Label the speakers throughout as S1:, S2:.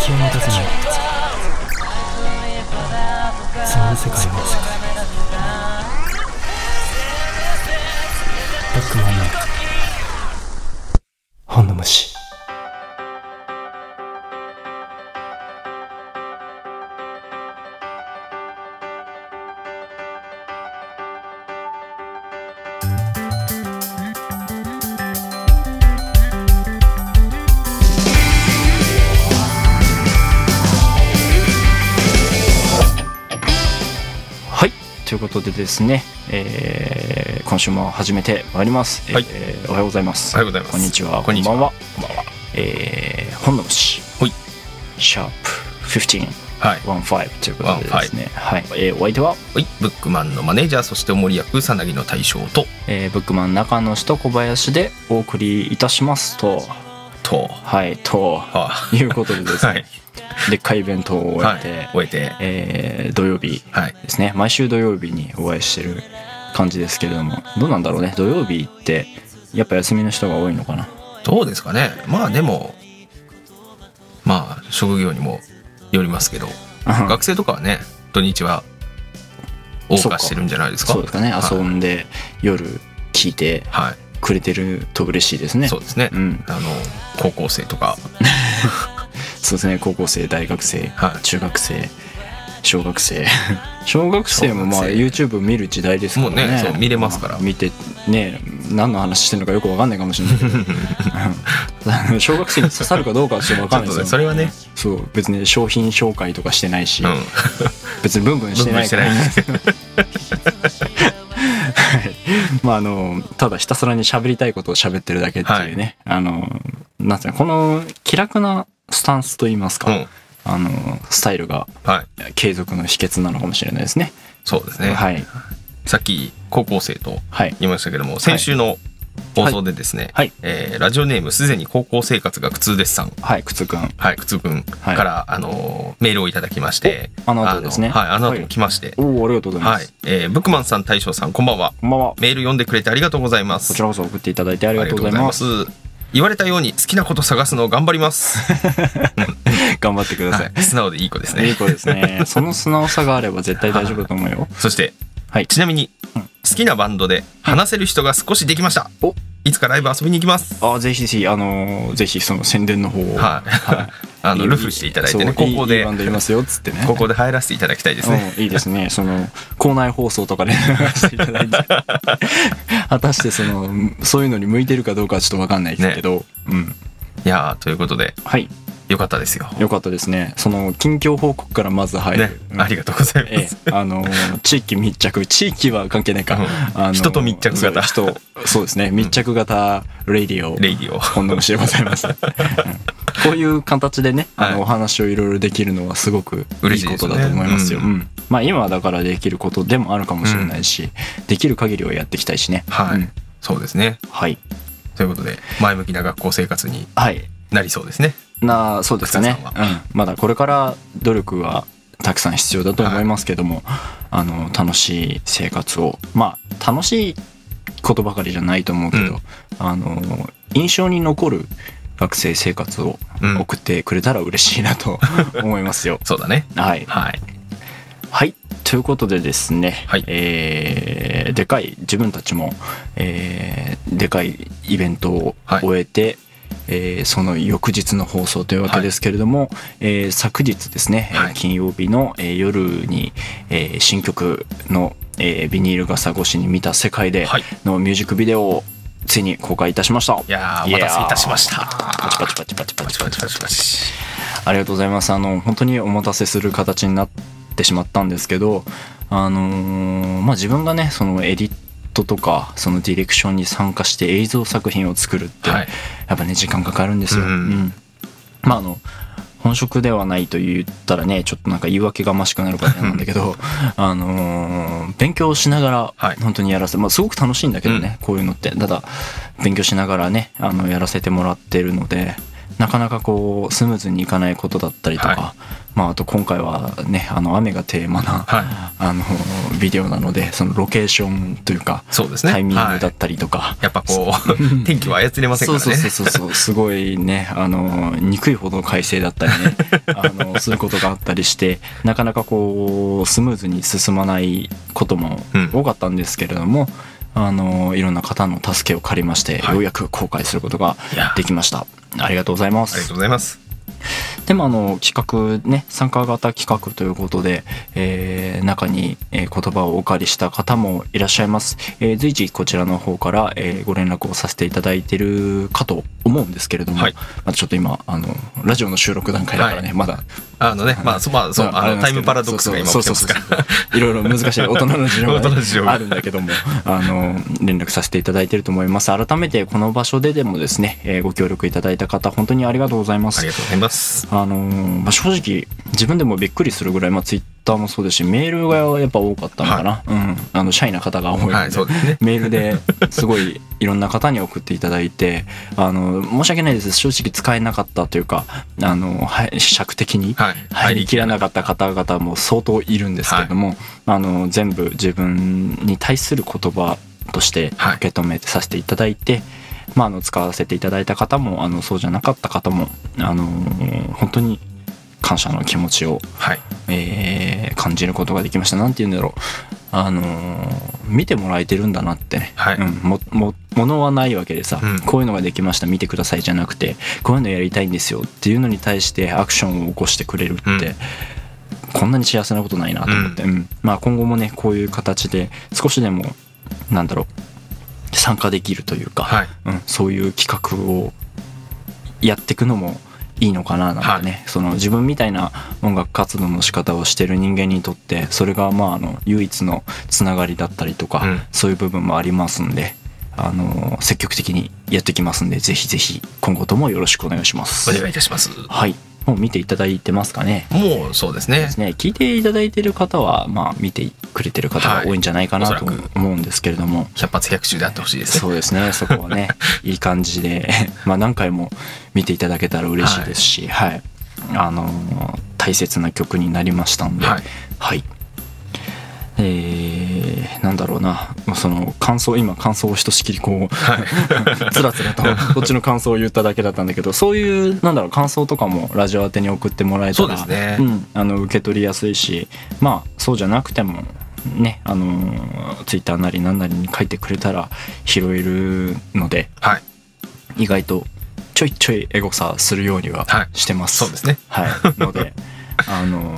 S1: 気を持たせないそんな世界は世界バックマンの本の虫
S2: はいということでですね、えー今週も始めてまいります、
S3: はい
S2: えーおはようございます
S3: おはようございます
S2: こんにちは
S3: こんにちは
S2: ばんは、
S3: こんばんは
S2: えー本の虫
S3: ほい
S2: シャープ15
S3: はい
S2: ワンファイブということでですねはい、えーお相手は、
S3: はいブックマンのマネージャーそしておもり役さなぎの大将と
S2: えーブックマン中野氏と小林でお送りいたしますと
S3: と
S2: はいと
S3: は
S2: いうことでですね、
S3: はい
S2: でっかいイベントを終
S3: は
S2: え
S3: い
S2: て、
S3: 終えて
S2: えー土曜日
S3: はい
S2: ですね毎週土曜日にお会いしてる感じですけれどもどうなんだろうね土曜日ってやっぱ休みの人が多いのかな
S3: どうですかねまあでもまあ職業にもよりますけど学生とかはね土日は謳歌してるんじゃないですか
S2: そうですかね
S3: はい
S2: 遊んで夜聞いて
S3: は
S2: くれてると嬉しいです
S3: い、
S2: ね
S3: そうですね、
S2: うん
S3: あの高校生とか
S2: そうですね高校生大学生
S3: は
S2: 中学生小学生 小学生もまあ
S3: 小学生
S2: YouTube 見る時代ですからね
S3: もうねそう見れますから
S2: 見てね何の話してるのかよくわかんないかもしれないけ どうん小 学生に刺さるかどうかはちょっとわ
S3: いち
S2: か
S3: ょ
S2: ん
S3: っ
S2: ない
S3: と
S2: で
S3: ね
S2: す
S3: そ
S2: よ
S3: れはね
S2: そう別に商品紹介とかしてないし、
S3: うん
S2: 別にブンブンして
S3: 分
S2: な
S3: 類
S2: い
S3: して
S2: から
S3: ないです ね
S2: まああのただひたすらに喋りたいことを喋ってるだけっていうね、あのなんていうのこの気楽なスタンスといいますか、
S3: うん
S2: あのスタイルが
S3: はい
S2: 継続の秘訣なのかもしれないですね。
S3: そうですね、
S2: はい
S3: さっき高校生と
S2: はい
S3: 言いましたけども先週の放送でですね、
S2: はい
S3: えーラジオネームすでに高校生活が苦痛ですさん
S2: はいくつくん
S3: はい、くつくん
S2: はい
S3: から、あのーメールをいただきまして
S2: おあの後ですね
S3: あのはいあの
S2: は
S3: 後
S2: い
S3: も来まして
S2: おおありがとうございま
S3: はい
S2: す。、
S3: えーブックマンさん大将さんこんばんは
S2: こんばんは。
S3: メール読んでくれてありがとうございま
S2: こ
S3: す
S2: ちらこそ送っていただいてありがとうございます。
S3: ありがとうございます言われたように好きなこと探すのを頑張 ります、
S2: 頑張ってください。
S3: はい、素直でいい子です ね
S2: いい子ですね。その素直さがあれば絶対大丈夫だと思うよ。
S3: そして
S2: はい。
S3: ちなみに
S2: うん
S3: 好きなバンドで話せる人が少しできました、
S2: お
S3: いつかライブ遊びに行きます
S2: あぜひぜひ、あのーぜひその宣伝の方を。
S3: はい、 あのルフしていただいてね
S2: そう
S3: 高校
S2: いい
S3: で
S2: バンドいますよっつってね。
S3: 高校で入らせていただきたいですね、
S2: うんいいですね。その、校内放送とかで流していた だいて。果たしてその、そういうのに向いてるかどうかはちょっとわかんないですけど、うん。
S3: いやーということで
S2: はい。
S3: よかったですよ、
S2: よかったですね。その、近況報告からまず入る。
S3: ね
S2: う、ん
S3: ありがとうございます、
S2: ええ、あのー地域密着地域は関係ないか、
S3: うん
S2: あのー
S3: 人と密着型
S2: そう人そうですね密着型レディオ、
S3: レイディを
S2: 本能でございます、うんこういう形でね、あ
S3: は
S2: の
S3: い
S2: お話をいろいろできるのはすごくい
S3: 嬉
S2: い
S3: しい
S2: こ
S3: です
S2: と
S3: よね
S2: だと思いますよ
S3: うん
S2: うんまあ今はだからできることでもあるかもしれないし、できる限りはやっていきたいしね
S3: はい、
S2: うん
S3: そうですね
S2: はい
S3: ということで前向きな学校生活に
S2: はい
S3: なりそうですね
S2: なそうですね
S3: 福、田
S2: うん、まだこれから努力はたくさん必要だと思いますけども、あの楽しい生活をまあ楽しいことばかりじゃないと思うけど、
S3: うん
S2: あの印象に残る学生生活を
S3: うん
S2: 送ってくれたら嬉しいな と思いますよ。
S3: そうだね
S2: はい、
S3: はい
S2: はいということでですね、
S3: はい
S2: えーでかい自分たちも、えーでかいイベントを終えて、えーその翌日の放送というわけですけれども、えー昨日ですね、えー
S3: はい
S2: 金曜日の、えー夜に、えー新曲の、えービニール傘越しに見た世界で
S3: はい
S2: のミュージックビデオをついに公開いたしました。
S3: いやーお待たせいたしました
S2: パチパチパチパチパ
S3: パ
S2: チ
S3: チパチパチパチ
S2: ありがとうございます。あの、本当にお待たせする形になってしまったんですけど、あのーまあ、自分がね、そのエディットとか、そのディレクションに参加して映像作品を作るって、
S3: はい
S2: やっぱね、時間かかるんですよ。
S3: うん
S2: うんまあ、あの、本職ではないと言ったらね、ちょっとなんか言い訳がましくなるから嫌なんだけど、 あのー勉強しなが
S3: は
S2: ら
S3: い
S2: 本当にやらせて、まあすごく楽しいんだけどね、こういうのって。ただ、勉強しながらね、あの、やらせてもらってるので、なかなかこうスムーズにいかないことだったりとか、
S3: は
S2: まあ、あと今回はねあの雨がテーマな、
S3: はい
S2: あのビデオなのでそのロケーションというか
S3: そうですね
S2: タイミングだ
S3: は
S2: ったりとか、
S3: い、やっぱこう天気は操れませんからね
S2: そうそうそう そうすごいねあの憎いほど改正だったり ねあのすることがあったりしてなかなかこうスムーズに進まないことも
S3: うん
S2: 多かったんですけれども、あのいろんな方の助けを借りまして、
S3: はい
S2: ようやく後悔することが
S3: いや
S2: できましたありがとうございま
S3: ありがと
S2: す
S3: うございます
S2: でもあの企画ね参加型企画ということで、えー中に、えー言葉をお借りした方もいらっしゃいます、えー随時こちらの方から、えーご連絡をさせていただいてるかと思うんですけれども、
S3: はい
S2: まだちょっと今あのラジオの収録段階だからね、
S3: は
S2: まだ
S3: あのねまあそうまあそうあのタイムパラドックスが今起きてますから
S2: ら いろいろ難しい大人の事情
S3: 大人の事情
S2: が
S3: が
S2: あるんだけどもあの連絡させていただいてると思います改めてこの場所ででもですね、えーご協力いただいた方本当にありがとうございます
S3: ありがとうございます
S2: あのーまあ、正直自分でもびっくりするぐらい、まあ、ツイッターもそうですしメールがやっぱ多かったのかな、うん、あのシャイな方が多いので,、
S3: はいそうですね
S2: メールですごいいろんな方に送っていただいてあの申し訳ないです正直使えなかったというかあのはい尺的に
S3: はい
S2: 入りきらなかった方々も相当いるんですけれども、あの全部自分に対する言葉として
S3: はい
S2: 受け止めてさせていただいて、まあ、あの使わせていただいた方もあのそうじゃなかった方もあの本当に感謝の気持ちを、
S3: はい
S2: えー感じることができましたなんて言うんだろうあの見てもらえてるんだなってね、
S3: はい
S2: うん、ももものはないわけでさ、
S3: うん
S2: こういうのができました見てくださいじゃなくてこういうのやりたいんですよっていうのに対してアクションを起こしてくれるって、
S3: うん
S2: こんなに幸せなことないなと思って、うんまあ、今後もねこういう形で少しでもなんだろう参加できるというか、
S3: はい
S2: うん、そういう企画をやっていくのもいいのかななんてね、その自分みたいな音楽活動の仕方をしてる人間にとってそれがまああの唯一のつながりだったりとか、
S3: うん
S2: そういう部分もありますんで。あの積極的にやっていきますんでぜひぜひ今後ともよろしくお願いします
S3: お願いいたします
S2: はいもう見ていただいてますかね
S3: もうそうですね
S2: ですね聞いていただいてる方はまあ見てくれてる方が多いんじゃないかな
S3: はい
S2: と
S3: おそらく
S2: 思うんですけれども、
S3: 百発百中であってほしいですね
S2: そうですね、そこは ね、いい感じで、まあ何回も見ていただけたら嬉しいですし、はい。あのー大切な曲になりましたんで、は
S3: はいい。
S2: えーなんだろうな、まあその感想、今感想をひとしきりこう、 つらつ らと、こっちの感想を言っただけだったんだけど、そういう、なんだろう、感想とかもラジオ宛てに送ってもらえた
S3: そう
S2: ら、
S3: ですね
S2: うん、あの受け取りやすいしまあそうじゃなくてもねあのツイッターなりなんなりに書いてくれたら拾えるので
S3: はい
S2: 意外とちょいちょいエゴサするようには
S3: はい
S2: してます、
S3: そうですね
S2: はいので あの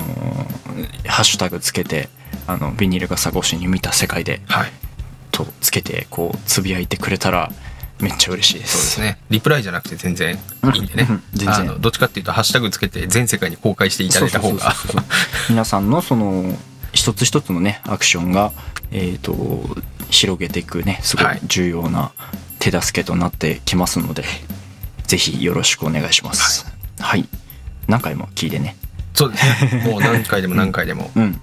S2: ハッシュタグつけてあのビニール傘越しに見た世界で
S3: はい
S2: とつけてこうつぶやいてくれたらめっちゃ嬉しいで
S3: そうですすねリプライじゃなくて全然いいんでね
S2: うん全然
S3: あのどっちかっていうとハッシュタグつけて全世界に公開していただいた方が
S2: そうそうそうそう皆さんのその一つ一つのねアクションが、えー、と広げていくねすごい
S3: はい
S2: 重要な手助けとなってきますので、ぜひよろしくお願いしますはい、何回も聞いてね
S3: そうです ねもう何回でも何回でも
S2: うん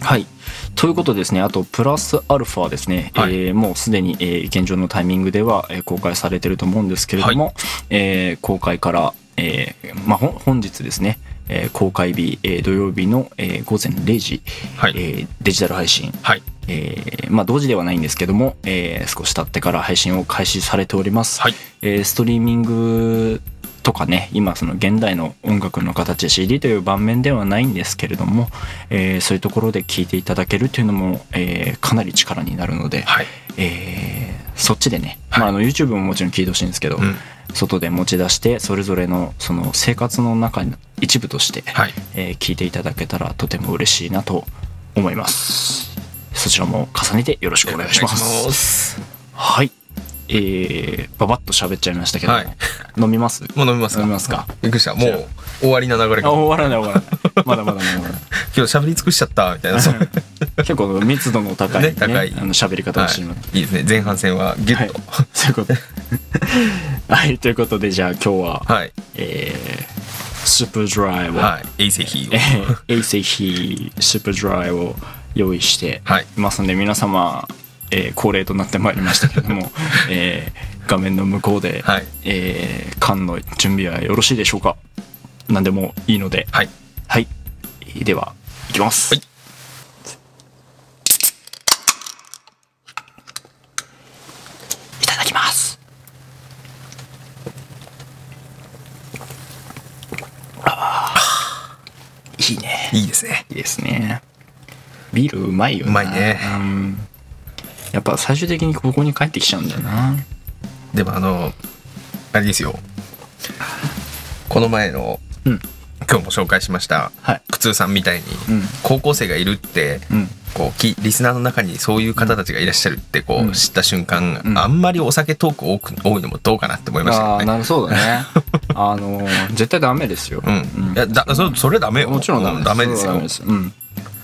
S2: はいということでですねあとプラスアルファですね、
S3: はい
S2: えーもうすでに、えー現状のタイミングでは、えー公開されてると思うんですけれども、えー公開から、えーまあ、ほん本日ですね、えー公開日、えー土曜日の、えー午前0時、
S3: はい
S2: えーデジタル配信、
S3: はい
S2: えーまあ、同時ではないんですけども、えー少し経ってから配信を開始されております、
S3: はい
S2: えーストリーミングとかね今その現代の音楽の形 CD という盤面ではないんですけれども、えーそういうところで聴いていただけるというのも、えーかなり力になるので、
S3: はい
S2: えーそっちでね、
S3: はい
S2: まあ、あの YouTube ももちろん聴いてほしいんですけど、
S3: うん
S2: 外で持ち出してそれぞれのその生活の中の一部として、
S3: はい
S2: えー聞いていただけたらとても嬉しいなと思いますそちらも重ねてよろしくお願いします
S3: お願いします
S2: はいえー、ババッと喋っちゃいましたけども、
S3: はい
S2: 飲みます
S3: もう飲みますか
S2: 飲みますか
S3: びっくりしたもう終わりな流れ
S2: あ
S3: が今
S2: 終わらない終わらないまだまだまだまだ
S3: 日喋り尽くしちゃったみたいなそう
S2: 結構密度の高い,、ね
S3: ね高い
S2: あの喋り方をしてしまっ
S3: はいいいですね前半戦はギ
S2: て
S3: ュ
S2: はい
S3: ッと
S2: そういうことはいということでじゃあ今日は、
S3: はい
S2: えー、スーパードライを、
S3: はい衛生費
S2: え
S3: を
S2: ー衛生費スーパードライを用意して
S3: はい
S2: いますので、皆様、えー恒例となってまいりましたけれども、えー画面の向こうで、
S3: はい
S2: えー缶の準備はよろしいでしょうか何でもいいので
S3: はい
S2: はいではいきます、
S3: はい
S2: いただきますあーいいね
S3: いいですね
S2: いいですねビールうまいよな
S3: うまいね
S2: うんやっぱ最終的にここに帰ってきちゃうんだよな
S3: でもあのあれですよこの前の
S2: うん
S3: 今日も紹介しました
S2: はい
S3: 苦痛さんみたいに
S2: うん
S3: 高校生がいるって、
S2: うん
S3: こうきリスナーの中にそういう方たちがいらっしゃるってこ
S2: う
S3: う、
S2: ん
S3: 知った瞬間、
S2: うん
S3: あんまりお酒トーク多く多いのもどうかなって思いました
S2: あ
S3: よ
S2: あー
S3: ね。
S2: なるそうだね あのー絶対ダメですよ、
S3: うん、いやだそれそれダメよ
S2: もちろんダメ
S3: うダメですよ
S2: それはダメうん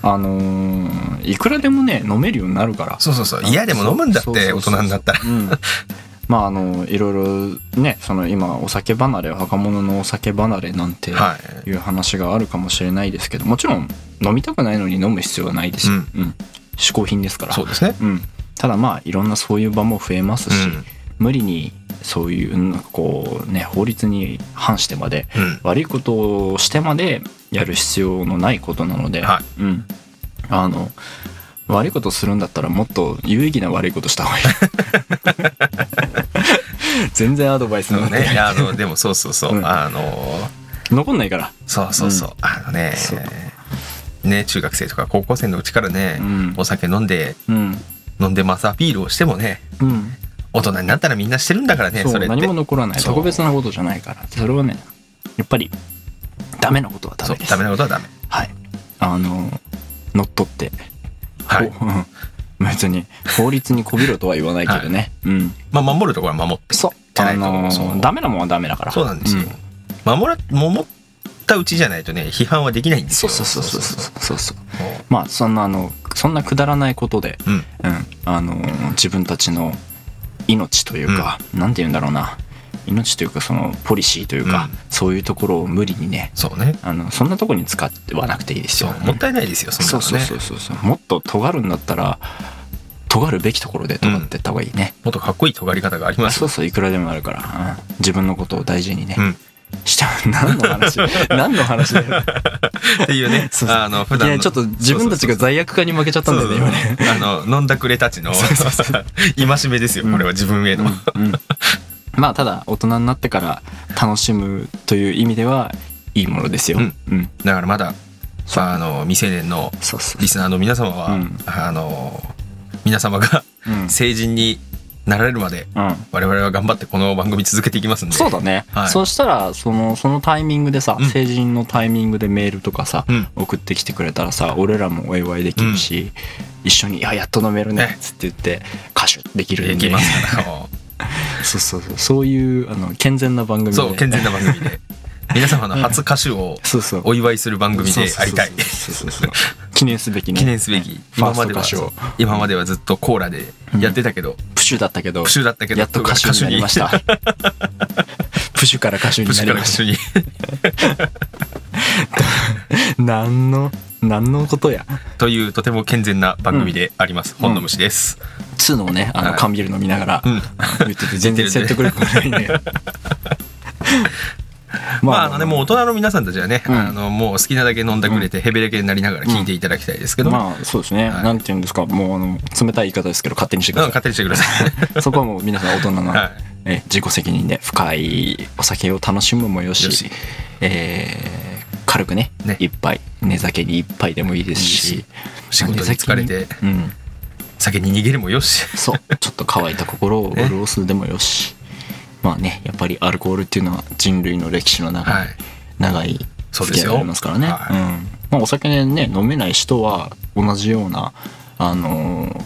S2: あのーいくらでもね飲めるようになるから
S3: そうそうそう嫌でも飲むんだっ
S2: そうそう
S3: て
S2: そ
S3: 大
S2: うそう
S3: 人になったら
S2: うん、まああのいろいろねその今お酒離れ若者のお酒離れなんて
S3: はい
S2: いう話があるかもしれないですけどもちろん飲みたくないのに飲む必要はないですよ、
S3: う
S2: うん嗜好品ですから
S3: そうですね
S2: うん、ただまあいろんなそういう場も増えますし、
S3: うん
S2: 無理にそういうなんかこうね法律に反してまで
S3: うん
S2: 悪いことをしてまでやる必要のないことなので、
S3: は
S2: うん、あの悪いことするんだったらもっと有意義な悪いことした 方がいい全然アドバイス
S3: そう
S2: なんて、
S3: ねいやあのでもそうそうそう、
S2: うん
S3: あの
S2: 残んないから
S3: そうそうそう、あのね
S2: そう
S3: ね中学生とか高校生のうちからね、
S2: うん
S3: お酒飲んで
S2: うん
S3: 飲んでますアピールをしてもね
S2: うん
S3: 大人になったらみんなしてるんだからねそ
S2: そう
S3: れって
S2: 何も残らない
S3: そう
S2: 特別なことじゃないからそれはねやっぱりダメなことはダ
S3: そう
S2: メです
S3: ダメなことはダメ
S2: はいあの乗っ取って
S3: はい
S2: こううん別に法律にこびろとは言わないけどね、うん
S3: まあ守るところは守って
S2: そう
S3: じゃな
S2: あ
S3: いと
S2: のー
S3: そう
S2: ダメなもんはダメだから
S3: そうなんですよ、守ら守ったうちじゃないとね批判はできないんで
S2: そ
S3: す
S2: う
S3: よ
S2: そうそうそうそうそうそう
S3: そうそう
S2: まあそんなあのそんなくだらないことで、
S3: うん
S2: うんあの自分たちの命というか、なんて言うんだろうな命というかそのポリシーというか、
S3: うん
S2: そういうところを無理にね
S3: そうね
S2: あのそんなとこに使ってはなくていいです
S3: そ
S2: よ
S3: うもったいないですよそんな
S2: そ
S3: の
S2: う
S3: ね
S2: そうそうそうそうもっと尖るんだったら尖るべきところで尖ってった方がいいね、
S3: もっとかっこいい尖り方がありま
S2: あ
S3: す
S2: そうそういくらでもあるから、うん自分のことを大事にね、
S3: うん
S2: して何の 話何の話だよ
S3: っていうね
S2: そうそう
S3: あの普
S2: いきな
S3: 段
S2: り
S3: の
S2: ちょっと自分たちが罪悪感に負けちゃったんだよね今ね
S3: そうそうそうあの飲んだくれた ちの戒めですよこれは自分への、
S2: うん、まあただ大人になってから楽しむという意味ではいいものですよ。
S3: うん
S2: うん、
S3: だからまだあの未成年の
S2: そうそう
S3: リ。スナーの皆様は、
S2: うん
S3: あの皆様が
S2: うん
S3: 成人になられるまで
S2: うん
S3: 我々は頑張ってこの番組続けていきますんで
S2: そうだね、
S3: はい
S2: そうしたらそのそのタイミングでさ、
S3: うん
S2: 成人のタイミングでメールとかさ、
S3: うん
S2: 送ってきてくれたらさ俺らもお祝いできるし、一緒に「いややっと飲めるね
S3: ね」
S2: つって言って歌手できる
S3: で
S2: ん
S3: き
S2: で
S3: ますから
S2: そうそうそうそういうあの健全な番組で
S3: そう健全な番組で 皆様の初歌手を
S2: そうそう
S3: お祝いする番組でありたい
S2: そうそうそうそう記念すべきね
S3: 記念すべき
S2: ファ
S3: 今
S2: ース
S3: ま
S2: ト歌
S3: では
S2: 手を
S3: 今まではずっとコーラでやってたけど
S2: プシュだったけど
S3: プシュだったけど
S2: やっと歌手になりました プシュから歌手に
S3: プシ
S2: な
S3: ュ
S2: り
S3: から
S2: ま
S3: 一
S2: し
S3: 緒
S2: た
S3: に
S2: 何の何のことや
S3: というとても健全な番組であります、本の虫です、
S2: つうのをねあの
S3: はい
S2: 缶ビール飲みながら
S3: うん
S2: 言ってて全然説得力がない ね
S3: まああのねもう大人の皆さんたちはね、
S2: うん
S3: あのもう好きなだけ飲んだくれて、ヘベレケになりながら聞いていただきたいですけど、
S2: まあそうですね、
S3: はい
S2: なんて言うんですかもうあの冷たい言い方ですけど勝手にしてく
S3: うん
S2: ださ
S3: 勝手にしてくださ い
S2: いそこはもう皆さん大人の、
S3: はい
S2: え自己責任で深いお酒を楽しむもよし
S3: よし
S2: えー軽くね
S3: ね
S2: 一杯寝酒に一杯でもいいですし
S3: いいし仕事に疲れて
S2: うん、
S3: 酒に逃げるもよし
S2: そう ちょっと乾いた心を潤すでもよし、まあねやっぱりアルコールっていうのは人類の歴史の長い、
S3: はい
S2: 長い
S3: そう
S2: 付
S3: です
S2: き合い
S3: よ
S2: がありますからね
S3: はい
S2: うんまあ、お酒ね飲めない人は同じようなあのー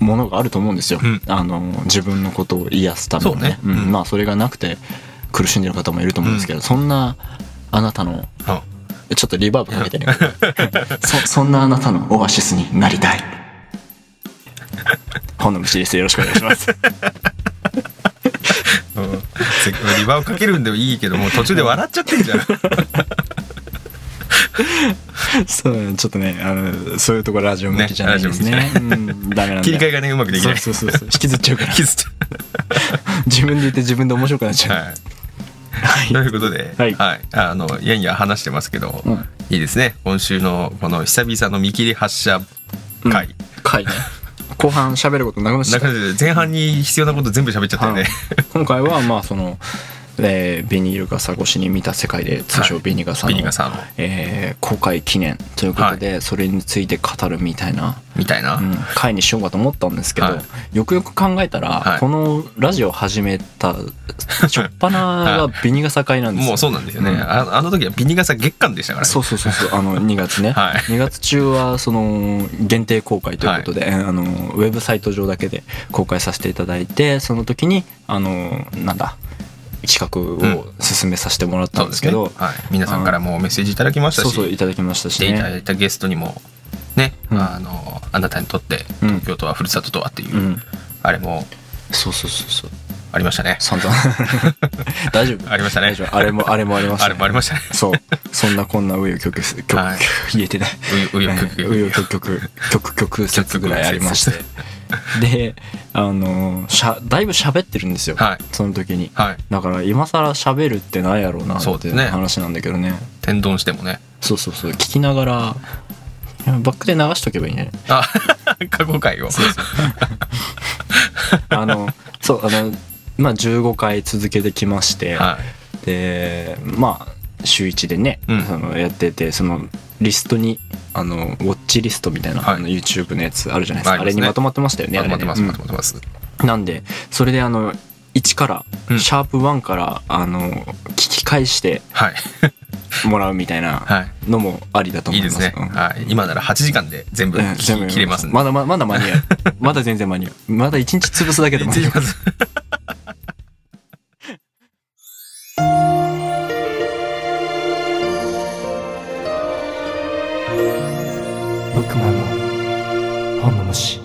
S2: ものがあると思うんですよ、
S3: うん
S2: あのー自分のことを癒すためのね
S3: そうねうん
S2: んまあそれがなくて苦しんでる方もいると思うんですけど、そんなあなたの
S3: うん
S2: ちょっとリバーブかけてね そそんなあなたのオアシスになりたい 本の虫ですよろしくお願いします
S3: うんせリバーをかけるんでもいいけどもう途中で笑っちゃってんじゃん
S2: そうちょっとねあのそういうとこラジオ向きじゃないんですね
S3: ねラジ
S2: う
S3: オ
S2: んダメなんだよ
S3: 切り替えがねうまくできな い
S2: そうそうそうそう引きずっちゃうから
S3: 気づいちゃう
S2: 自分で言って自分で面白くなっちゃう。
S3: はい
S2: はい
S3: ということで、
S2: はい
S3: あのやんや話してますけど、
S2: うん
S3: いいですね今週のこの久々の見切り発車回、
S2: 回ね後半喋ることなくなっちゃ
S3: な
S2: った
S3: かなか前半に必要なこと全部喋っちゃったよね、
S2: 今回はまあその、えービニール傘越しに見た世界で通称
S3: はい
S2: ビニ傘の,、
S3: ビニ傘の
S2: えー公開記念ということで、それについて語るみたいな、
S3: みたいな、
S2: うん回にしようかと思ったんですけど、
S3: は
S2: よくよく考えたら、
S3: はい
S2: このラジオ始めた初っ端がビニ傘会なんですよ。
S3: もうそうなんですよね、
S2: うん
S3: ああの時はビニ傘月間でしたからね
S2: そうそうそうそう あの2月ね、
S3: はい
S2: 2月中はその限定公開ということで、えーあのウェブサイト上だけで公開させていただいてその時にあのなんだ企画を進めさせてもらったんですけど、
S3: そうねはい、皆さんからもメッセージいただきましたし
S2: そうそういただきました
S3: 来
S2: して
S3: いただ
S2: ね
S3: いたゲストにもね、
S2: うん
S3: あのあなたにとって
S2: うん
S3: 東京とはふるさととはっていう、
S2: うん
S3: あれも
S2: そうそうそうそう
S3: ありましたね
S2: 散々 大丈夫
S3: ありましたね
S2: 大丈夫あれもあれもありました、
S3: あれもありましたね
S2: そうそんなこんな紆余曲折曲、
S3: はい
S2: 言えてないう
S3: うよ曲
S2: 紆余曲折曲曲折ぐらいありましてであのしゃだいぶ喋ってるんですよ、
S3: はい
S2: その時に
S3: はい
S2: だから今更喋るってなんやろうな
S3: そう
S2: っ
S3: で
S2: て
S3: すね
S2: 話なんだけどね
S3: 天丼してもね
S2: そうそうそう聞きながらいやバックで流しとけばいいんじゃない
S3: あ 過去回を
S2: あのそうあのまあ15回続けてきまして、
S3: はい
S2: でまあ週1でね、
S3: うん
S2: そのやっててそのリストにあのウォッチリストみたいな、
S3: はい
S2: あの YouTube のやつあるじゃないですか、
S3: あり
S2: あ
S3: ま
S2: れ
S3: すね
S2: にまとまってましたよね
S3: まとまってます
S2: あれ
S3: ま
S2: ね
S3: とまってます、
S2: うんなんでそれであの1から、
S3: うん
S2: シャープ1からあの聞き返して
S3: はい
S2: もらうみたいな
S3: は
S2: のもありだと
S3: いい
S2: 思い
S3: いい
S2: ま
S3: ですすね、
S2: うん
S3: はい今なら8時間で全部
S2: うん全部
S3: 切れますんで
S2: まだまだまだ間に合 うまだ全然間に合うまだ1日潰すだけでも
S3: 切れます
S1: ブックマンの本の虫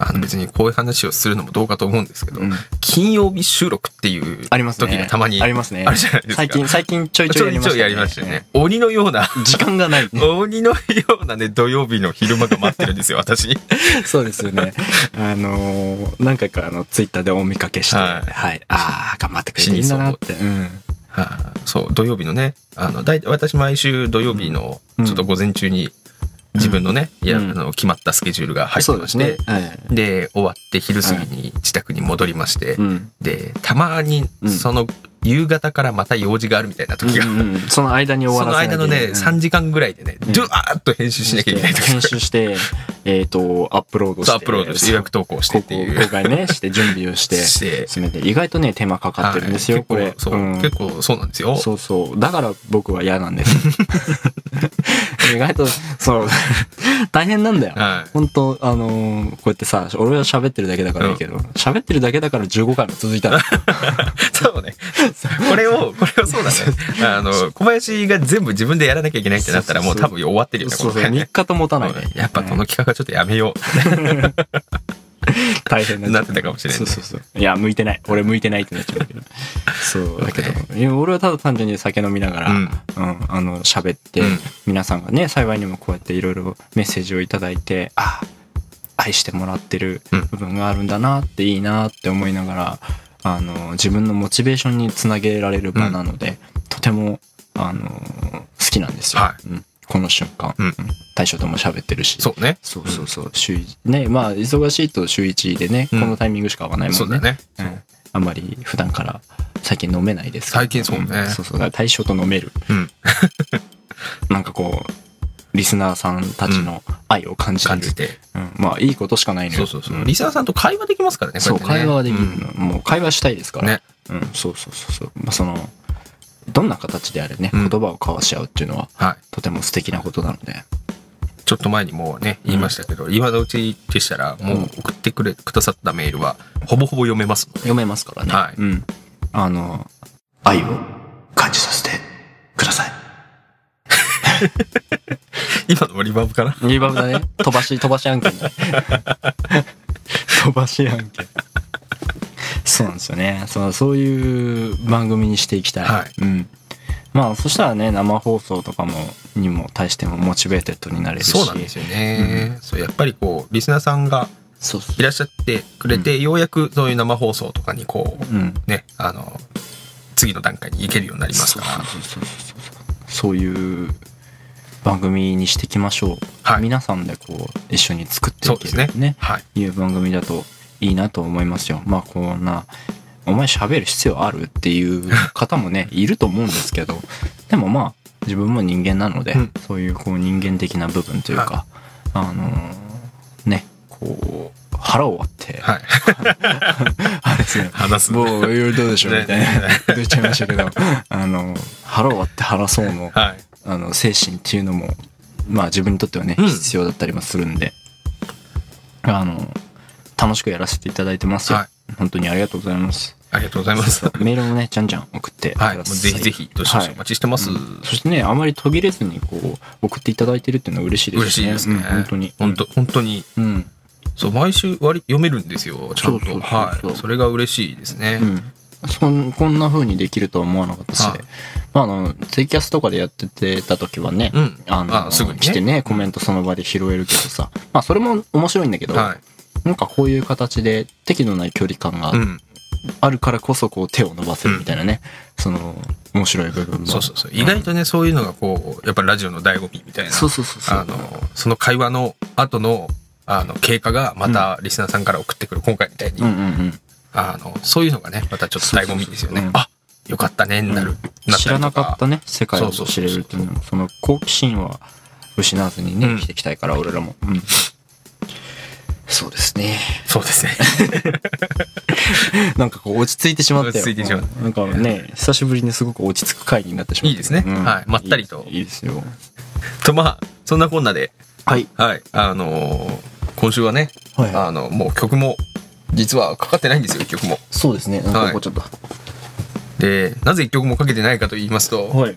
S3: あの別にこういう話をするのもどうかと思うんですけど、
S2: うん
S3: 金曜日収録っていう
S2: ありますね
S3: 時がたまに
S2: ありますね
S3: あるじゃないですか
S2: 最近最近ちょいち
S3: ち
S2: ょ
S3: ょ
S2: い
S3: いちょいや
S2: や
S3: り
S2: り
S3: ま
S2: ま
S3: し
S2: したた
S3: よ
S2: よ
S3: ね
S2: ね。
S3: 鬼のような、
S2: 時間がないね
S3: 鬼のようなね、土曜日の昼間が待ってるんですよ、 私。
S2: そうですよね。 あのー何回かあのツイッターでお見かけして、
S3: は
S2: はいい、ああ頑張ってくれていいんだなって。うん。
S3: はあそう、土曜日のね、あの、だい私毎週土曜日の、
S2: うん
S3: ちょっと午前中に、自分のね、いや、あ
S2: うん
S3: の、決まったスケジュールが入って
S2: そう
S3: ま
S2: で
S3: し
S2: す
S3: て
S2: ね、。はい。
S3: で、終わって昼過ぎに自宅に戻りまして、
S2: うん。
S3: で、たまに
S2: う、ん
S3: その、夕方からまた用事があるみたいな時が、
S2: うんうんうんその間に終
S3: そ
S2: わ
S3: の
S2: らせな
S3: 間
S2: いと
S3: の
S2: いけない
S3: ね、3時間ぐらいでね、
S2: うん
S3: ドゥワーッと編集しなきゃいけない時
S2: 編集して、えっ、と、アップロードして。
S3: そうアップロードして予約投稿して
S2: こ
S3: っ
S2: こ
S3: ていう。
S2: 公開ね、して準備をして、
S3: して
S2: 進めて、意外とね、手間かかってるんですよ、
S3: はい
S2: これ
S3: 結。構そう、
S2: うん
S3: 結構そうなんですよ。
S2: そうそう。だから僕は嫌なんです。 意外と、そう、大変なんだよ。
S3: はい
S2: 本当あのーこうやってさ、俺は喋ってるだけだからいいけど、喋、ってるだけだから15回も続いた の。
S3: そうね。これを、これをそうだね。 あの、小林が全部自分でやらなきゃいけないってなったら、も
S2: そううそう
S3: 多
S2: そう
S3: 分終わってるよね、
S2: そう
S3: こ
S2: そう、
S3: の回ね
S2: 3日と持たないね
S3: うん。やっぱこの企画はちょっとやめよ
S2: 大変
S3: う、
S2: な
S3: なんってたかもしれない
S2: そう。そうそう。いや、向いてない。俺向いてないってなっちゃう けど。そう、だけど、いや俺はただ単純に酒飲みながら、
S3: う
S2: うんん、あの、喋って、
S3: うん
S2: 皆さんがね、幸いにもこうやっていろいろメッセージをいただいて、あ愛してもらってる
S3: うん
S2: 部分があるんだなって、いいなって思いながら、あの、自分のモチベーションにつなげられる場なので、とても、あの、好きなんですよ。
S3: は
S2: うんこの瞬間、
S3: うん
S2: 大将とも喋ってるし。
S3: そうね。
S2: そうそうそう週一ねまあ忙しいと週1でね、
S3: うん
S2: このタイミングしか合わないもんね
S3: そうだね。
S2: うん、あんまり普段から最近飲めないです
S3: 最近そうね
S2: んそうそうだから対象と飲める
S3: うん。
S2: なんかこうリスナーさんたちの愛を感じる、
S3: 感じて。
S2: うんまあいいことしかないの
S3: そ
S2: よ
S3: うそうそ
S2: ん
S3: う。リスナーさんと会話できますからね、
S2: そう
S3: こやっ
S2: 会
S3: てね
S2: 話はできる
S3: うん
S2: の、もう会話したいですから
S3: ね。
S2: うん、そうそうそうそうまあそのどんな形であれね、
S3: うん
S2: 言葉を交わし合うっていうのは
S3: はい。
S2: とても素敵なことなので
S3: ちょっと前にもうね、言いましたけど、今のうちでしたら、もう送ってくれ、くださったメールは、ほぼほぼ読めますので。
S2: 読めますからね、
S3: はい
S2: うん、あの愛を感じさせてください
S3: 今のもリバーブかな
S2: リバーブだね。飛ばし、飛ばし案件だ。飛ばし案件。そうなんですよね。そう、そういう番組にしていきたい。
S3: はい
S2: うん。まあ、そしたらね、生放送とかも、にも対してもモチベーテッドになれるし。
S3: そうなんですよね、そうやっぱりこうリスナーさんが
S2: そうそう
S3: いらっしゃってくれて、ようやくそういう生放送とかにこう、
S2: うん
S3: ね、あの、次の段階に行けるようになります
S2: そう
S3: か
S2: そう
S3: ら。
S2: そうそうそうそういう番組にしていきましょう、
S3: はい
S2: 皆さんでこう一緒に作って
S3: そ
S2: いう
S3: で
S2: け
S3: す
S2: る
S3: ね
S2: ね。
S3: はい。
S2: いう番組だといいなと思いますよまあこんな「お前喋る必要ある?」っていう方も ねいると思うんですけどでもまあ自分も人間なので、
S3: うん
S2: そういうこう人間的な部分というか、あのーねこう腹を割って、
S3: はい。
S2: あれですね
S3: 話す。
S2: もうどうでしょう
S3: ね
S2: みたいなこと言っちゃいましたけ どあの腹を割って腹そうの
S3: はい。
S2: あの精神っていうのもまあ自分にとってはね
S3: うん
S2: 必要だったりもするんで、あの楽しくやらせていただいてますよ、
S3: はい
S2: 本当にありがとうございます
S3: ありがとうございます。は
S2: メールもねじゃんじゃん送ってくださ
S3: い。
S2: い、
S3: もうぜひぜひ、どしどしお待ちしてます。
S2: うんそしてねあまり途切れずにこう送っていただいてるっていうのは嬉しいですね
S3: 嬉しいですね。
S2: うん本当に
S3: 本当、本当に。
S2: うん
S3: そう、毎週割り読めるんですよ、ちゃん
S2: そうそう
S3: と。
S2: そう
S3: はい。それが嬉しいですね
S2: う。ん、そんこんな風にできるとは思わなかったし、
S3: はい
S2: まあ、あのツイキャスとかでやっててた時はね、
S3: うん
S2: あの
S3: あすぐにね
S2: 来てねコメントその場で拾えるけどさ、まあ、それも面白いんだけど、
S3: はい。
S2: なんかこういう形で適度な距離感が
S3: うん。
S2: あるからこそこう手を伸ばせるみたいなね、その面白い部分も
S3: そうそうそう。意外とね、そういうのがこう、やっぱラジオの醍醐味みたいな。
S2: そうそうそうそう
S3: あの、その会話の後の、あの、経過がまたリスナーさんから送ってくる、今回みたいに、
S2: うんうん
S3: あの、そういうのがね、またちょっと醍醐味です
S2: そうそう
S3: よね。
S2: そううん
S3: あ、よかったね、
S2: うん
S3: になる。
S2: うん、
S3: な
S2: 知らなかった
S3: ね。
S2: ね世界を知れるっていうのもその好奇心は失わずにね、
S3: うん
S2: 生きていきたいから俺らも、うん、そうですね
S3: そうですね。
S2: なんかこう落ち着いてしまったよ
S3: 落ち着いてしまった
S2: うんなんかね久しぶりにすごく落ち着く回になってしまった
S3: いいですねはいまったりと
S2: いいいいですよ
S3: と、まあ、そんなこんなで、
S2: はい
S3: はい、あのー今週はね、
S2: はい
S3: あの、もう曲も、実はかかってないんですよ、一曲も。
S2: そうですねなん
S3: はい
S2: かこうちょっと
S3: で、なぜ一曲もかけてないかと言いますと、
S2: はい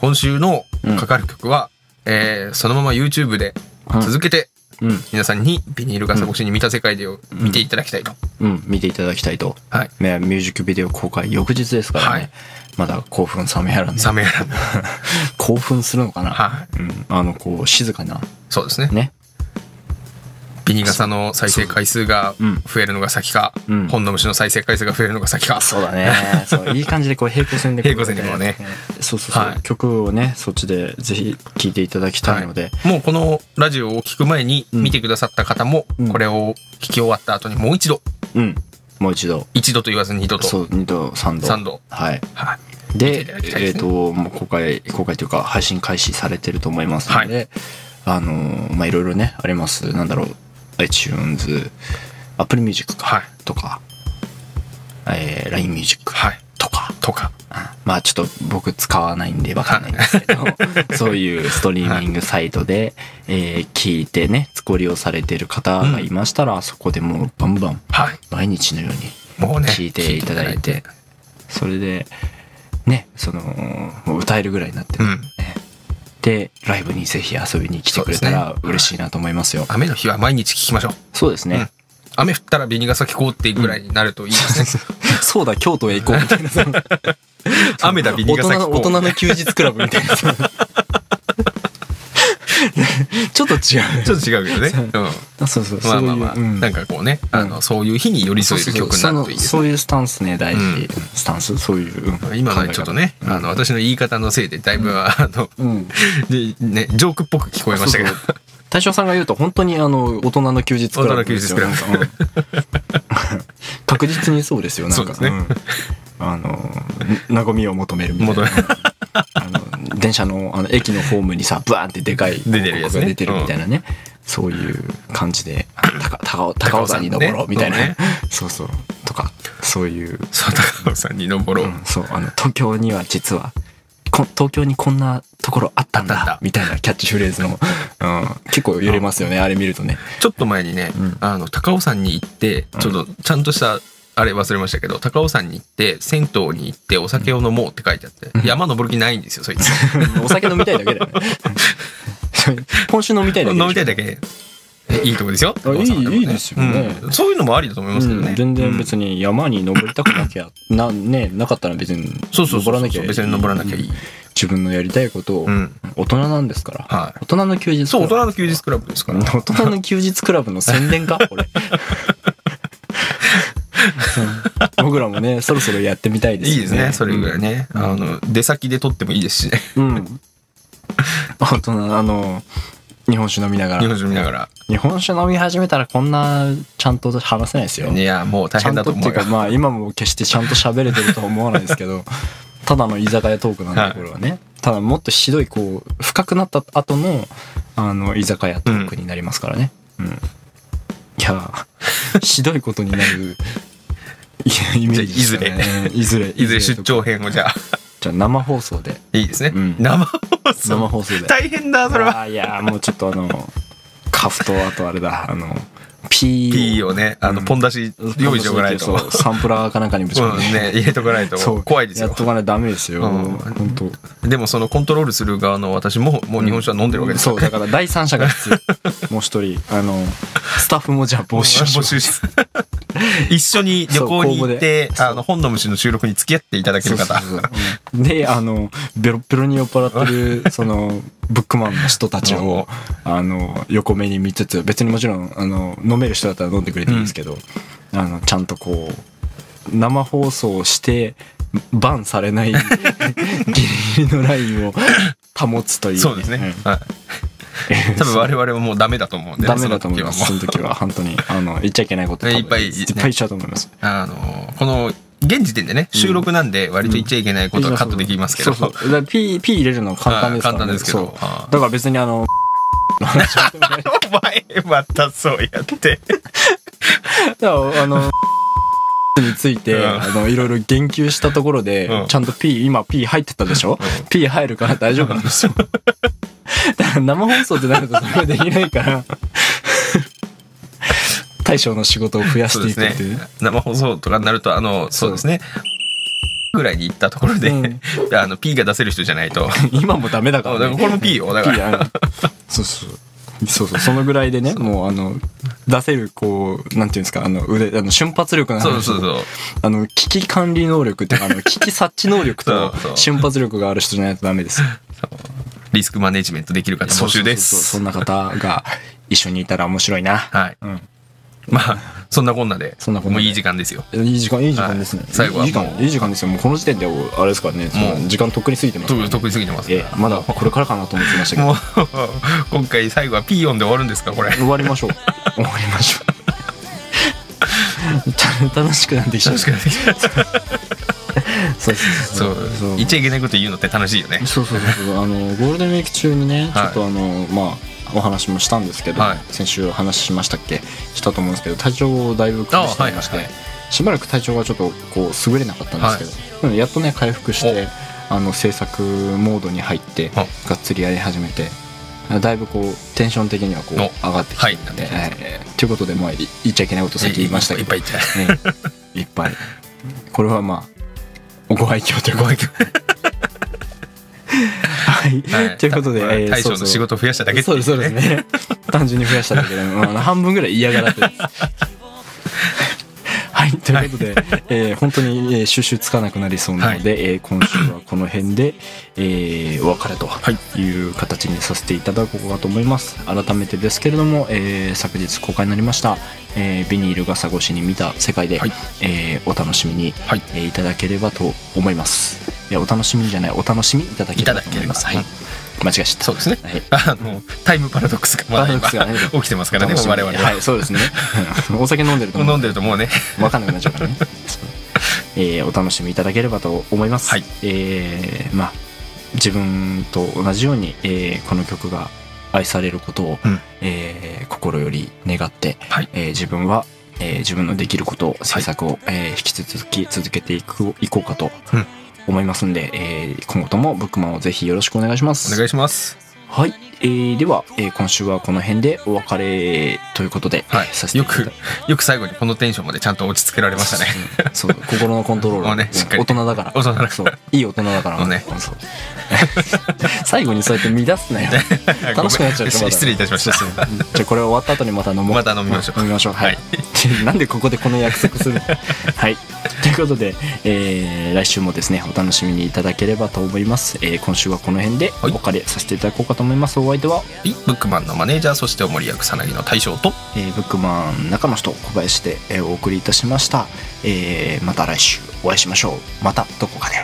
S3: 今週の
S2: うん
S3: かかる曲は、えーそのまま YouTube で続けて
S2: うん
S3: 皆さんにビニール傘越しに見た世界でを見ていただきたいと。
S2: うん見ていただきたいと
S3: はい。
S2: ねミュージックビデオ公開翌日ですからね、
S3: はい
S2: まだ興奮冷めやらね
S3: サメやらぬ。
S2: 興奮するのかな、
S3: はい。
S2: うん、あのこう静かな
S3: そうですね。
S2: ね
S3: ビニール傘の再生回数が
S2: うん
S3: 増えるのが先か、
S2: うん
S3: 本の虫の再生回数が増えるのが先か。
S2: そうだね そういい感じでこう平行線でこう
S3: 平行線でこうね
S2: そうそうそう、
S3: はい
S2: 曲をねそっちでぜひ聴いていただきたいので、
S3: もうこのラジオを聞く前に
S2: うん
S3: 見てくださった方も
S2: う、ん
S3: これを聞き終わった後にもう一度、
S2: うんもう一度
S3: 一度と言わず二度と、
S2: そう2度3度
S3: 三度。
S2: はい
S3: はい。見て
S2: で
S3: いただきたいで
S2: え
S3: す
S2: っ、
S3: ね
S2: ともう公開公開というか配信開始されてると思いますので、あのーまあいろいろねありますなんだろう iTunes アップルミュージックか、
S3: はい
S2: とか、えー、LINE ミュージック
S3: はい。
S2: とか、
S3: とか。
S2: あまあちょっと僕使わないんでわかんないんですけど、 そういうストリーミングサイトで、えー聞いてね、ご利用されてる方がいましたら、そこでもうバンバン
S3: はい。
S2: 毎日のように
S3: もうね。
S2: 聞いていただいて、それでねそのもう歌えるぐらいになって
S3: う
S2: ね、
S3: ん。
S2: でライブにぜひ遊びに来てくれた
S3: そう
S2: ら
S3: ですね
S2: 嬉しいなと思いますよ
S3: 雨の日は毎日聞きましょう。
S2: そうですね、
S3: 雨降ったらビニ傘聞こうっていうぐらいになるといいです ね。
S2: そうだ京都へ行 こうみたいなさ
S3: 雨だビニ
S2: 大人
S3: 傘聞
S2: の大
S3: こ
S2: 人
S3: う。
S2: の休日クラブみたい なさちょっと違う
S3: ちょっと違うけどね。うん。
S2: あ そうそう
S3: ま
S2: そ
S3: あ
S2: ういう
S3: まあまあ、
S2: うん
S3: なんかこうね、あの、
S2: うん
S3: そういう日に寄り添える曲になるとい
S2: そ
S3: いで
S2: うそう
S3: す
S2: そ
S3: ね。
S2: ういうスタンスね大事、
S3: うん
S2: スタンスそういう、うん
S3: 今のはちょっとね、
S2: 考え方
S3: あの、私の言い方のせいで、だいぶ、あの、
S2: うん
S3: でね、ジョークっぽく聞こえましたけど
S2: そう、そう大将さんが言うと本当にあの大人の休日クラブですよ
S3: 大人の休
S2: なんかうん確実にそうですよなんか
S3: そうですね
S2: んあの和みを求めるみたい
S3: 戻
S2: な
S3: る。
S2: あの電車のあの駅のホームにさブワーンってでかい
S3: 出てるやつ
S2: 広
S3: ね
S2: 告が出てるみたいなね、そういう感じであ高高尾高尾山に登ろうみたいな、
S3: 高尾山ね
S2: そうそうとかそういう、
S3: そう、高野さんに登ろ
S2: う
S3: う。
S2: ん、そうあの東京には実はこ東京にこんなところあったん
S3: あったん
S2: だ
S3: だ
S2: みたいなキャッチフレーズの、うん、結構揺れますよねあれ見るとね
S3: ちょっと前にね
S2: うん、
S3: あの、高尾山に行って、ちょっと、ちゃんとした、あれ忘れましたけど、高尾山に行って、銭湯に行って、お酒を飲もうって書いてあって、山登る気ないんですよ、そいつ。
S2: お酒飲みたいだけだよね。今週飲みたいだけでしょ
S3: 飲みたいだけ。いいとこですよ。
S2: あいい
S3: 高尾山も
S2: いいですよね
S3: うんそういうのもありだと思いますけど
S2: う
S3: ね。
S2: ん全然別に山に登りたくなきゃ、なねなかったら別に
S3: そうそうそう
S2: 登らなきゃ
S3: 別に登らなきゃいい
S2: 違自分のやりたいことを
S3: うん
S2: 大人なんですから、
S3: は
S2: 大人の休日
S3: い、そう大人の休日クラブですから、
S2: 大人の休日クラブの宣伝 かこれうん僕らもねそろそろやってみたいですよ
S3: いいですねそれぐらいね、
S2: うん
S3: あの出先で撮ってもいいですしね
S2: うん大人あの日本酒飲みなが
S3: 日
S2: ら
S3: 本酒見なが
S2: 日本酒飲み始めたらこんなちゃんと話せないですよ
S3: らいやもう大
S2: ちゃ
S3: 変
S2: ん
S3: だ
S2: と
S3: と
S2: って
S3: 思
S2: いううか
S3: よ
S2: まあ今も決してちゃんと喋れてるとは思わないですけ どただの居酒屋トークなん
S3: はい
S2: でこれはね、ただもっとひどいこう深くなった後のあの居酒屋トークになりますからね、うんいやーひどいことになる いやイメージでしたねうんいずれ
S3: いずれ出張編をじゃあ
S2: じゃあ生放送で
S3: いいですね、
S2: うん
S3: 生放送
S2: 生放送で
S3: 大変だそれは
S2: あーいやーもうちょっとあのカフとあとあれだあの P
S3: P をねあの
S2: うん
S3: ポン出し用意しておかないと、
S2: そうサンプラーかなんかにぶち
S3: そう
S2: 込んで、
S3: ね入れとかないと
S2: そう
S3: 怖いです
S2: や
S3: よ
S2: っとかないとダメですよ、
S3: うん
S2: 本当
S3: でもそのコントロールする側の私ももう日本酒は飲んでるわけです
S2: そ
S3: よ
S2: うだから第三者が必 要もう一人あのスタッフもじゃあ募集し
S3: 募
S2: ます
S3: 集し 一緒に旅行に行っ
S2: そう
S3: て
S2: 公募で
S3: あの本の虫の収録に付き合っていただけ
S2: そ
S3: る
S2: うそう
S3: 方
S2: そううんであのベロッベロに酔っ払ってる そのブックマンの人たちをあの横目に見つつ別にもちろんあの飲める人だったら飲んでくれていいんですけど、あのちゃんとこう生放送してバンされ ないギリギリのラインを保つというね、
S3: そうですね、
S2: ん
S3: はい 多分我々はもうダメだと思うんで
S2: ダメだと思います。
S3: そ
S2: そ
S3: の
S2: の
S3: 時
S2: 時は、本当に、あの、言っちゃいけない こと多分
S3: いっぱい
S2: いっぱいしちゃうと思います。
S3: はもうあのこの現時点でね収録なんで割と言っちゃいけないことはカットできますけど、
S2: そうそう。だから P、P 入れるの簡単ですから、ね。
S3: はい簡単ですけど
S2: そう
S3: はい
S2: だから別にあ の、
S3: お前またそうやって
S2: だからあの、について、
S3: うん
S2: あの、いろいろ言及したところで、
S3: うん
S2: ちゃんと P、今 P 入ってたでしょ、
S3: う
S2: ?P 入るから大丈夫なんですよ。 だから生放送ってなるとそれできない から、大将の仕事を増や
S3: そ
S2: し
S3: う
S2: て
S3: で
S2: い
S3: す
S2: くっていう。
S3: ね生放送とかになるとあのそうですねぐらいに行ったところで、 あの P が出せる人じゃない と
S2: 今もダメだから、
S3: あだからこれも P よだから
S2: P やそうそうそうそうそのぐらいでねもうあの出せるこうなんていうんですかあの腕あの瞬発力の話
S3: そうそうそう
S2: あの危機管理能力っていうかあの 危機察知能力と
S3: そうそう
S2: 瞬発力がある人じゃないとダメですよ
S3: リスクマネジメントできる方募集で
S2: そうそうそうそ
S3: す
S2: んな方が一緒にいたら面白いな
S3: はい
S2: うん
S3: まあそんなこんなで
S2: そんなこんなで
S3: もういい時間ですよ
S2: いい時間いい時間ですね、
S3: はい最後はい
S2: い時間
S3: もう
S2: いい時間ですよもうこの時点でおあれですからねその
S3: もう
S2: 時間とっくに過ぎてますから
S3: 得
S2: ね
S3: 得意すぎてます
S2: ええまだこれからかなと思ってましたけど
S3: もう 今回最後は P 音で終わるんですかこれ
S2: 終わりましょう 終わりましょうた 楽しくなってきちゃう
S3: 楽しくなってきた
S2: そうそ
S3: そうう
S2: そう
S3: 言っちゃいけないこと言うのって楽しいよね
S2: そうそうそうそうあのゴールデンウィーク中にねちょ
S3: はい
S2: っとあの、まあお話もしたんですけど、
S3: はい
S2: 先週お話ししましたっけしたと思うんですけど体調をだいぶ崩していまして、
S3: あはい
S2: しばらく体調がちょっとこう優れなかったんですけど、でもやっとね回復してあの制作モードに入って
S3: お
S2: がっつりやり始めてだいぶこうテンション的にはこう
S3: お
S2: 上がってきて
S3: はい
S2: んで、はいということで、まあ、い言っちゃいけないことさっき言いましたけど
S3: いっぱいいっぱい
S2: ね いっぱい。これはまあ、ご愛嬌ということで。はい。
S3: 言っちゃいはい
S2: ということで、えー
S3: 大将の仕事を増やしただけって
S2: そ
S3: いう
S2: ですそうですね。単純に増やしただけで、まああの、半分ぐらい嫌がらせ です。はい。ということで、えー本当に、えー収集つかなくなりそうなので、えー今週はこの辺で、えーお別れという形にさせていただこうかと思います。改めてですけれども、えー昨日公開になりました、えービニール傘越しに見た世界で、
S3: はい
S2: えーお楽しみに、
S3: はい
S2: えーいただければと思います。いやお楽しみじゃない、お楽しみいただければと思います。
S3: いただけ
S2: はい。間違えちゃった。
S3: そうですね
S2: はい
S3: あのタイムパラドックスがまだ今
S2: パラドックスがね
S3: 起きてますからねもう我々は
S2: はい、そう ですね。お酒飲んでると
S3: 飲
S2: 思
S3: んでるともうね
S2: う。わかんなくなっちゃうから ね。えーお楽しみいただければと思います。
S3: はい
S2: えーまあ、自分と同じように、えーこの曲が愛されることを、
S3: うん
S2: えー心より願って、
S3: はい
S2: えー自分は、えー自分のできることを、制作を、えー引き続き続けていく、いこうかと
S3: うん
S2: 思いますんで、えー今後ともブックマンをぜひよろしくお願いします。
S3: お願いします
S2: はい、えーでは、えー今週はこの辺でお別れということで、
S3: はい
S2: えーさせてい
S3: よ
S2: ただき
S3: くよく最後にこのテンションまでちゃんと落ち着けられましたね
S2: そうそう心のコントロール
S3: もうねしっかり
S2: 大人だから
S3: 大人だから
S2: そういい大人だから
S3: もうね
S2: そう 最後にそうやって乱すなよ 楽しくなっちゃうから
S3: ごめん 失礼い たしました
S2: じゃあこれ終わった後にまた飲もう
S3: また飲みましょう
S2: 飲みましょうはい、 なんでここでこの約束 するのはいということで、えー来週もですねお楽しみにいただければと思います、えー今週はこの辺でお
S3: い
S2: 別れさせていただこうかと思います、お相手は、
S3: はいブックマンのマネージャーそしてお守役さなぎの大将と
S2: えーブックマン中の人小林で、えーお送りいたしました、えーまた来週お会いしましょうまたどこかで